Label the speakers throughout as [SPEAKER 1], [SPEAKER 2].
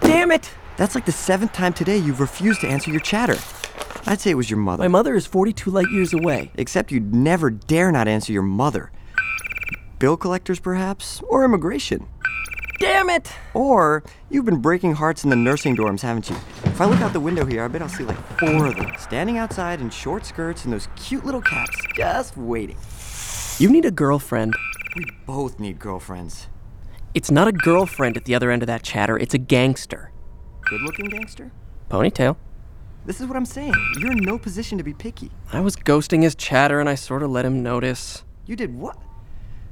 [SPEAKER 1] Damn it!
[SPEAKER 2] That's like the seventh time today you've refused to answer your chatter. I'd say it was your mother.
[SPEAKER 1] My mother is 42 light years away.
[SPEAKER 2] Except you'd never dare not answer your mother. Bill collectors, perhaps? Or immigration?
[SPEAKER 1] Damn it!
[SPEAKER 2] Or you've been breaking hearts in the nursing dorms, haven't you? If I look out the window here, I bet I'll see like four of them standing outside in short skirts and those cute little caps, just waiting.
[SPEAKER 1] You need a girlfriend.
[SPEAKER 2] We both need girlfriends.
[SPEAKER 1] It's not a girlfriend at the other end of that chatter, it's a gangster.
[SPEAKER 2] Good looking gangster?
[SPEAKER 1] Ponytail.
[SPEAKER 2] This is what I'm saying. You're in no position to be picky.
[SPEAKER 1] I was ghosting his chatter and I sort of let him notice.
[SPEAKER 2] You did what?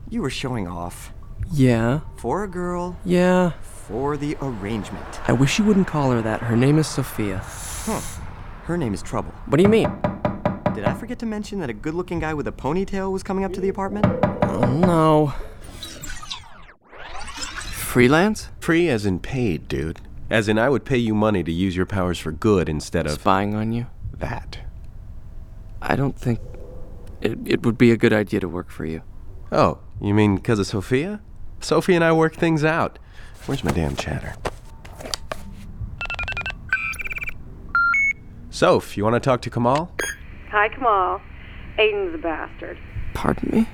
[SPEAKER 2] You were showing off.
[SPEAKER 1] Yeah,
[SPEAKER 2] For a girl,
[SPEAKER 1] yeah.
[SPEAKER 2] for the arrangement.
[SPEAKER 1] I wish you wouldn't call her that. Her name is Sophia.
[SPEAKER 2] Her name is Trouble.
[SPEAKER 1] What do you mean?
[SPEAKER 2] Did I forget to mention that a good looking guy with a ponytail was coming up to the apartment?
[SPEAKER 1] No. Freelance?
[SPEAKER 3] Free as in paid, dude. As in, I would pay you money to use your powers for good instead of
[SPEAKER 1] Spying on you?
[SPEAKER 3] that.
[SPEAKER 1] I don't think it, it would be a good idea to work for you.
[SPEAKER 3] Oh, you mean because of Sophia? Sophie and I work things out. Where's my damn chatter? Soph, you want to talk to Kamal?
[SPEAKER 4] Hi, Kamal. Aiden's a bastard,
[SPEAKER 1] Pardon me?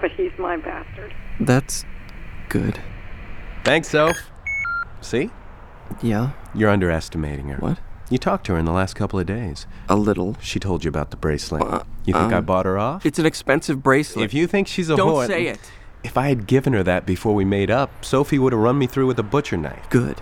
[SPEAKER 4] but he's my bastard.
[SPEAKER 1] That's good.
[SPEAKER 3] Thanks, Soph. See?
[SPEAKER 1] Yeah?
[SPEAKER 3] You're underestimating her.
[SPEAKER 1] What?
[SPEAKER 3] You talked to her in the last couple of days.
[SPEAKER 1] A little.
[SPEAKER 3] She told you about the bracelet.
[SPEAKER 1] Uh,
[SPEAKER 3] you think I bought her off?
[SPEAKER 1] It's an expensive bracelet.
[SPEAKER 3] If you think she's a
[SPEAKER 1] um, Don't
[SPEAKER 3] whore,
[SPEAKER 1] say it.
[SPEAKER 3] If I had given her that before we made up, Sophie would have run me through with a butcher knife.
[SPEAKER 1] Good.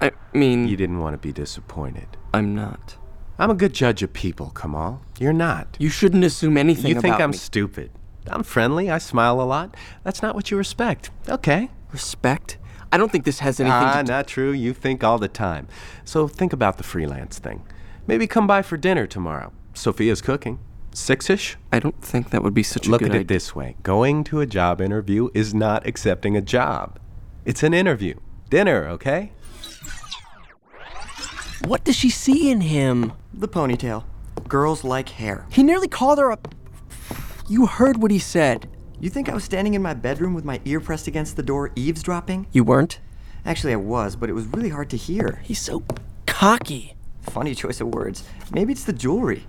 [SPEAKER 1] I mean,
[SPEAKER 3] You didn't want to be disappointed.
[SPEAKER 1] I'm not.
[SPEAKER 3] I'm a good judge of people, Kamal. You're not.
[SPEAKER 1] You shouldn't assume anything
[SPEAKER 3] You think
[SPEAKER 1] about
[SPEAKER 3] I'm
[SPEAKER 1] me.
[SPEAKER 3] stupid. I'm friendly. I smile a lot. That's not what you respect. Okay.
[SPEAKER 1] Respect? I don't think this has anything
[SPEAKER 3] Ah,
[SPEAKER 1] to do.
[SPEAKER 3] not true. You think all the time. So think about the freelance thing. Maybe come by for dinner tomorrow. Sophia's cooking. Six ish?
[SPEAKER 1] I don't think that would be such
[SPEAKER 3] Look
[SPEAKER 1] a
[SPEAKER 3] at
[SPEAKER 1] good
[SPEAKER 3] it this way going to a job interview is not accepting a job, it's an interview. Dinner, okay?
[SPEAKER 1] idea. What does she see in him?
[SPEAKER 2] The ponytail. Girls like hair.
[SPEAKER 1] He nearly called her a. You heard what he said.
[SPEAKER 2] You think I was standing in my bedroom with my ear pressed against the door, eavesdropping?
[SPEAKER 1] You weren't?
[SPEAKER 2] Actually, I was, but it was really hard to hear.
[SPEAKER 1] He's so cocky.
[SPEAKER 2] Funny choice of words. Maybe it's the jewelry.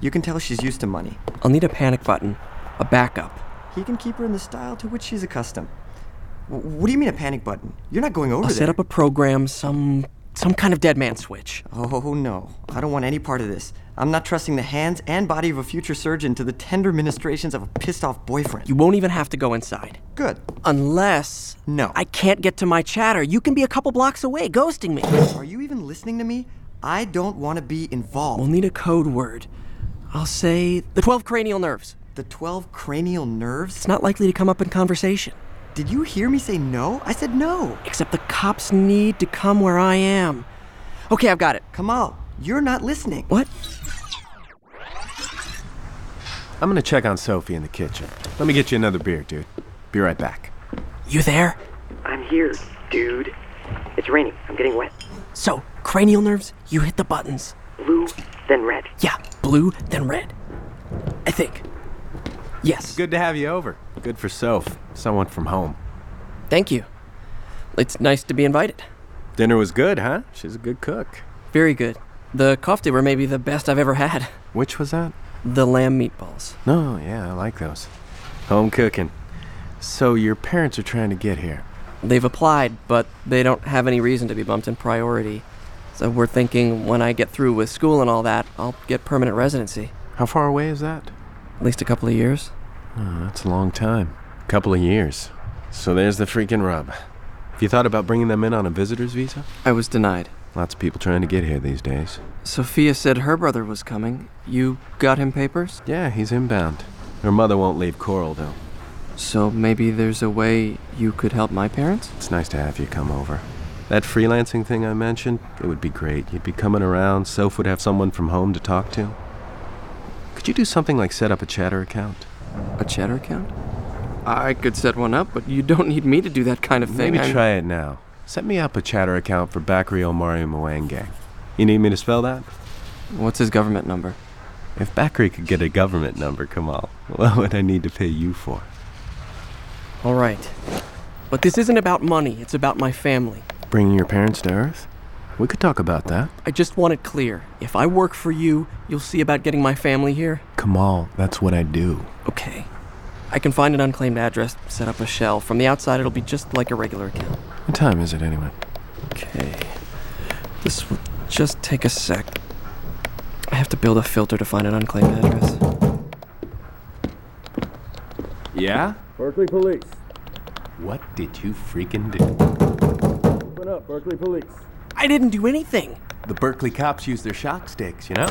[SPEAKER 2] You can tell she's used to money.
[SPEAKER 1] I'll need a panic button, a backup.
[SPEAKER 2] He can keep her in the style to which she's accustomed. W- what do you mean a panic button? You're not going over
[SPEAKER 1] I'll
[SPEAKER 2] there.
[SPEAKER 1] set up a program, some some kind of dead man switch.
[SPEAKER 2] Oh no, I don't want any part of this. I'm not trusting the hands and body of a future surgeon to the tender ministrations of a pissed off boyfriend.
[SPEAKER 1] You won't even have to go inside.
[SPEAKER 2] good.
[SPEAKER 1] Unless
[SPEAKER 2] No.
[SPEAKER 1] I can't get to my chatter. You can be a couple blocks away, ghosting me.
[SPEAKER 2] Are you even listening to me? I don't want to be
[SPEAKER 1] We'll
[SPEAKER 2] involved.
[SPEAKER 1] need a code word. I'll say the 12 cranial nerves.
[SPEAKER 2] The 12 cranial nerves?
[SPEAKER 1] It's not likely to come up in conversation.
[SPEAKER 2] Did you hear me say no? I said no.
[SPEAKER 1] Except the cops need to come where I am. Okay, I've got it.
[SPEAKER 2] Kamal, you're not listening.
[SPEAKER 1] What?
[SPEAKER 3] I'm gonna check on Sophie in the kitchen. Let me get you another beer, dude. Be right back.
[SPEAKER 1] You there?
[SPEAKER 4] I'm here, dude. It's raining. I'm getting wet.
[SPEAKER 1] So, cranial nerves, you hit the buttons.
[SPEAKER 4] Blue, then red.
[SPEAKER 1] Yeah, blue, then red. I think. Yes.
[SPEAKER 3] Good to have you over. Good for Soph. Someone from home.
[SPEAKER 1] Thank you. It's nice to be invited.
[SPEAKER 3] Dinner was good, huh? She's a good cook.
[SPEAKER 1] Very good. The kofte were maybe the best I've ever had.
[SPEAKER 3] Which was that?
[SPEAKER 1] The lamb meatballs.
[SPEAKER 3] No, yeah, I like those. Home cooking. So your parents are trying to get here.
[SPEAKER 1] They've applied, but they don't have any reason to be bumped in priority. So we're thinking when I get through with school and all that, I'll get permanent residency.
[SPEAKER 3] How far away is that?
[SPEAKER 1] At least a couple of years.
[SPEAKER 3] Oh, that's a long time. Couple of years. So there's the freaking rub. Have you thought about bringing them in on a visitor's visa?
[SPEAKER 1] I was denied.
[SPEAKER 3] Lots of people trying to get here these days.
[SPEAKER 1] Sophia said her brother was coming. You got him papers?
[SPEAKER 3] Yeah, he's inbound. Her mother won't leave Coral, though.
[SPEAKER 1] So maybe there's a way you could help my parents?
[SPEAKER 3] It's nice to have you come over. That freelancing thing I mentioned, it would be great. You'd be coming around, Soph would have someone from home to talk to. Could you do something like set up a chatter account?
[SPEAKER 1] A cheddar count? I could set one up, but you don't need me to do that kind of thing.
[SPEAKER 3] Maybe
[SPEAKER 1] I'm-
[SPEAKER 3] try it now. Set me up a chatter account for Bakri Omari Mwange. You need me to spell that?
[SPEAKER 1] What's his government number?
[SPEAKER 3] If Bakri could get a government number, Kamal, what would I need to pay you for?
[SPEAKER 1] All right. But this isn't about money, it's about my family.
[SPEAKER 3] Bringing your parents to Earth? We could talk about that.
[SPEAKER 1] I just want it clear. If I work for you, you'll see about getting my family here.
[SPEAKER 3] Kamal, that's what I do.
[SPEAKER 1] Okay. I can find an unclaimed address, set up a shell. From the outside, it'll be just like a regular account.
[SPEAKER 3] What time is it anyway?
[SPEAKER 1] Okay. This will just take a sec. I have to build a filter to find an unclaimed address.
[SPEAKER 3] Yeah?
[SPEAKER 5] Berkeley Police.
[SPEAKER 3] What did you freaking do?
[SPEAKER 5] Open up, Berkeley Police.
[SPEAKER 1] I didn't do anything!
[SPEAKER 3] The Berkeley cops use their shock sticks, you know?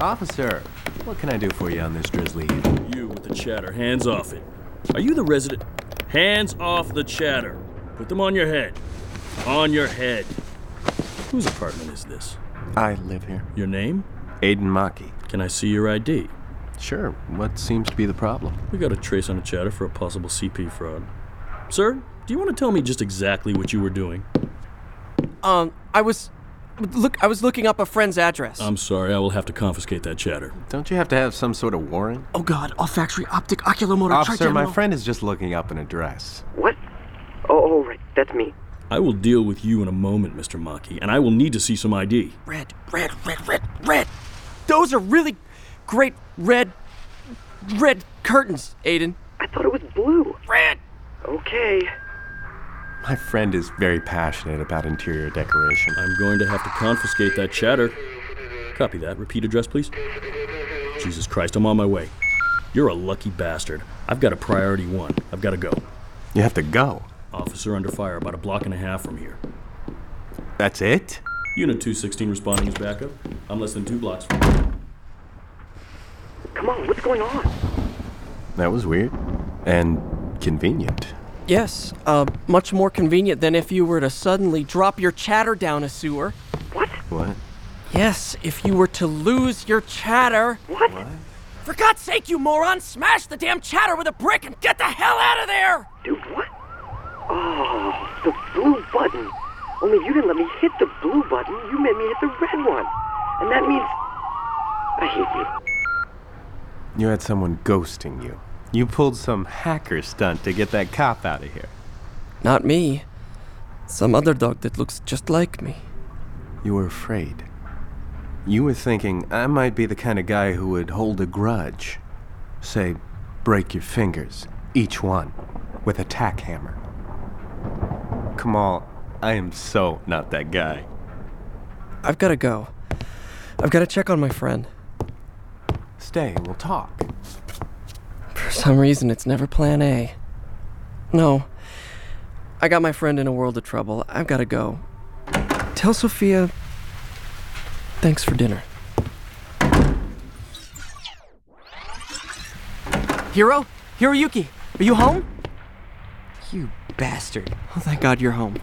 [SPEAKER 3] Officer, what can I do for you on this drizzly evening?
[SPEAKER 5] You with the chatter, hands off it. Are you the resident? Hands off the chatter. Put them on your head. On your head. Whose apartment is this?
[SPEAKER 3] I live here.
[SPEAKER 5] Your name?
[SPEAKER 3] Aiden Maki.
[SPEAKER 5] Can I see your ID?
[SPEAKER 3] Sure, what seems to be the problem?
[SPEAKER 5] We got a trace on the chatter for a possible CP fraud. Sir, do you want to tell me just exactly what you were doing?
[SPEAKER 1] Um, I was. Look, I was looking up a friend's address.
[SPEAKER 3] Um,
[SPEAKER 5] I'm sorry, I will have to confiscate that chatter.
[SPEAKER 3] Don't you have to have some sort of warrant?
[SPEAKER 1] oh god, olfactory, optic, oculomotor,
[SPEAKER 3] Officer, my
[SPEAKER 1] trigeminal-
[SPEAKER 3] friend is just looking up an address.
[SPEAKER 4] What? Oh, oh, right. That's me.
[SPEAKER 5] I will deal with you in a moment, Mr. Maki, and I will need to see some ID.
[SPEAKER 1] Red, red, red, red, red! Those are really great red. red curtains, Aiden.
[SPEAKER 4] I thought it was blue.
[SPEAKER 1] Red!
[SPEAKER 4] Okay.
[SPEAKER 3] My friend is very passionate about interior decoration.
[SPEAKER 5] I'm going to have to confiscate that chatter. Copy that. Repeat address, please. Jesus Christ, I'm on my way. You're a lucky bastard. I've got a priority one. I've got to go.
[SPEAKER 3] You have to go.
[SPEAKER 5] Officer under fire, about a block and a half from here.
[SPEAKER 3] That's it?
[SPEAKER 5] Unit 216 responding as backup. I'm less than two blocks from here.
[SPEAKER 4] Come on, what's going on?
[SPEAKER 3] That was weird. And convenient.
[SPEAKER 1] Yes, uh, much more convenient than if you were to suddenly drop your chatter down a sewer.
[SPEAKER 4] What?
[SPEAKER 3] What?
[SPEAKER 1] Yes, if you were to lose your chatter.
[SPEAKER 4] What?
[SPEAKER 1] For God's sake, you moron, smash the damn chatter with a brick and get the hell out of there!
[SPEAKER 4] Dude, what? Oh, the blue button. Only you didn't let me hit the blue button. You made me hit the red one. And that means. I hate you.
[SPEAKER 3] You had someone ghosting you. You pulled some hacker stunt to get that cop out of here.
[SPEAKER 1] Not me. Some other dog that looks just like me.
[SPEAKER 3] You were afraid. You were thinking, I might be the kind of guy who would hold a grudge. Say, break your fingers, each one, with a tack hammer. Kamal, I am so not that guy.
[SPEAKER 1] I've gotta go. I've gotta check on my friend.
[SPEAKER 3] Stay, we'll talk.
[SPEAKER 1] For some reason, it's never plan A. No. I got my friend in a world of trouble. I've gotta go. Tell Sophia. Thanks for dinner. Hiro? Hiroyuki, are you home?
[SPEAKER 2] You bastard.
[SPEAKER 1] Oh, thank God you're home.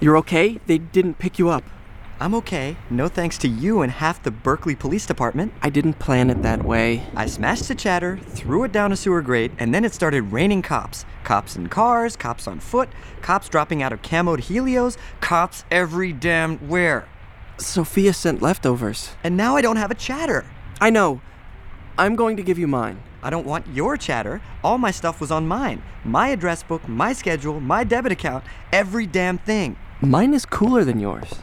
[SPEAKER 1] You're okay? They didn't pick you up.
[SPEAKER 2] I'm okay. No thanks to you and half the Berkeley Police Department.
[SPEAKER 1] I didn't plan it that way.
[SPEAKER 2] I smashed the chatter, threw it down a sewer grate, and then it started raining cops. Cops in cars, cops on foot, cops dropping out of camoed helios, cops every damn where.
[SPEAKER 1] Sophia sent leftovers.
[SPEAKER 2] And now I don't have a chatter.
[SPEAKER 1] I know. I'm going to give you mine.
[SPEAKER 2] I don't want your chatter. All my stuff was on mine. My address book, my schedule, my debit account, every damn thing.
[SPEAKER 1] Mine is cooler than yours.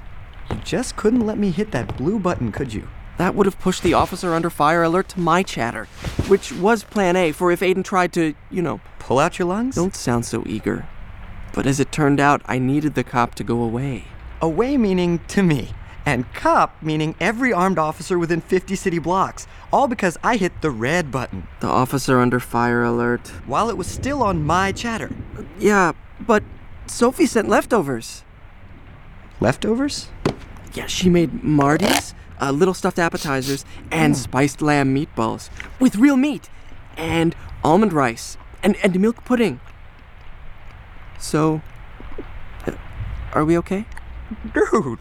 [SPEAKER 2] You just couldn't let me hit that blue button, could you?
[SPEAKER 1] That would have pushed the officer under fire alert to my chatter, which was plan A for if Aiden tried to, you know.
[SPEAKER 2] Pull out your lungs?
[SPEAKER 1] Don't sound so eager. But as it turned out, I needed the cop to go away.
[SPEAKER 2] Away meaning to me, and cop meaning every armed officer within 50 city blocks, all because I hit the red button
[SPEAKER 1] The officer under fire alert.
[SPEAKER 2] while it was still on my chatter.
[SPEAKER 1] Yeah, but Sophie sent leftovers.
[SPEAKER 2] Leftovers?
[SPEAKER 1] Yeah, she made Marty's, uh, little stuffed appetizers, and spiced lamb meatballs with real meat, and almond rice, and, and milk pudding. So, uh, are we okay?
[SPEAKER 2] Dude,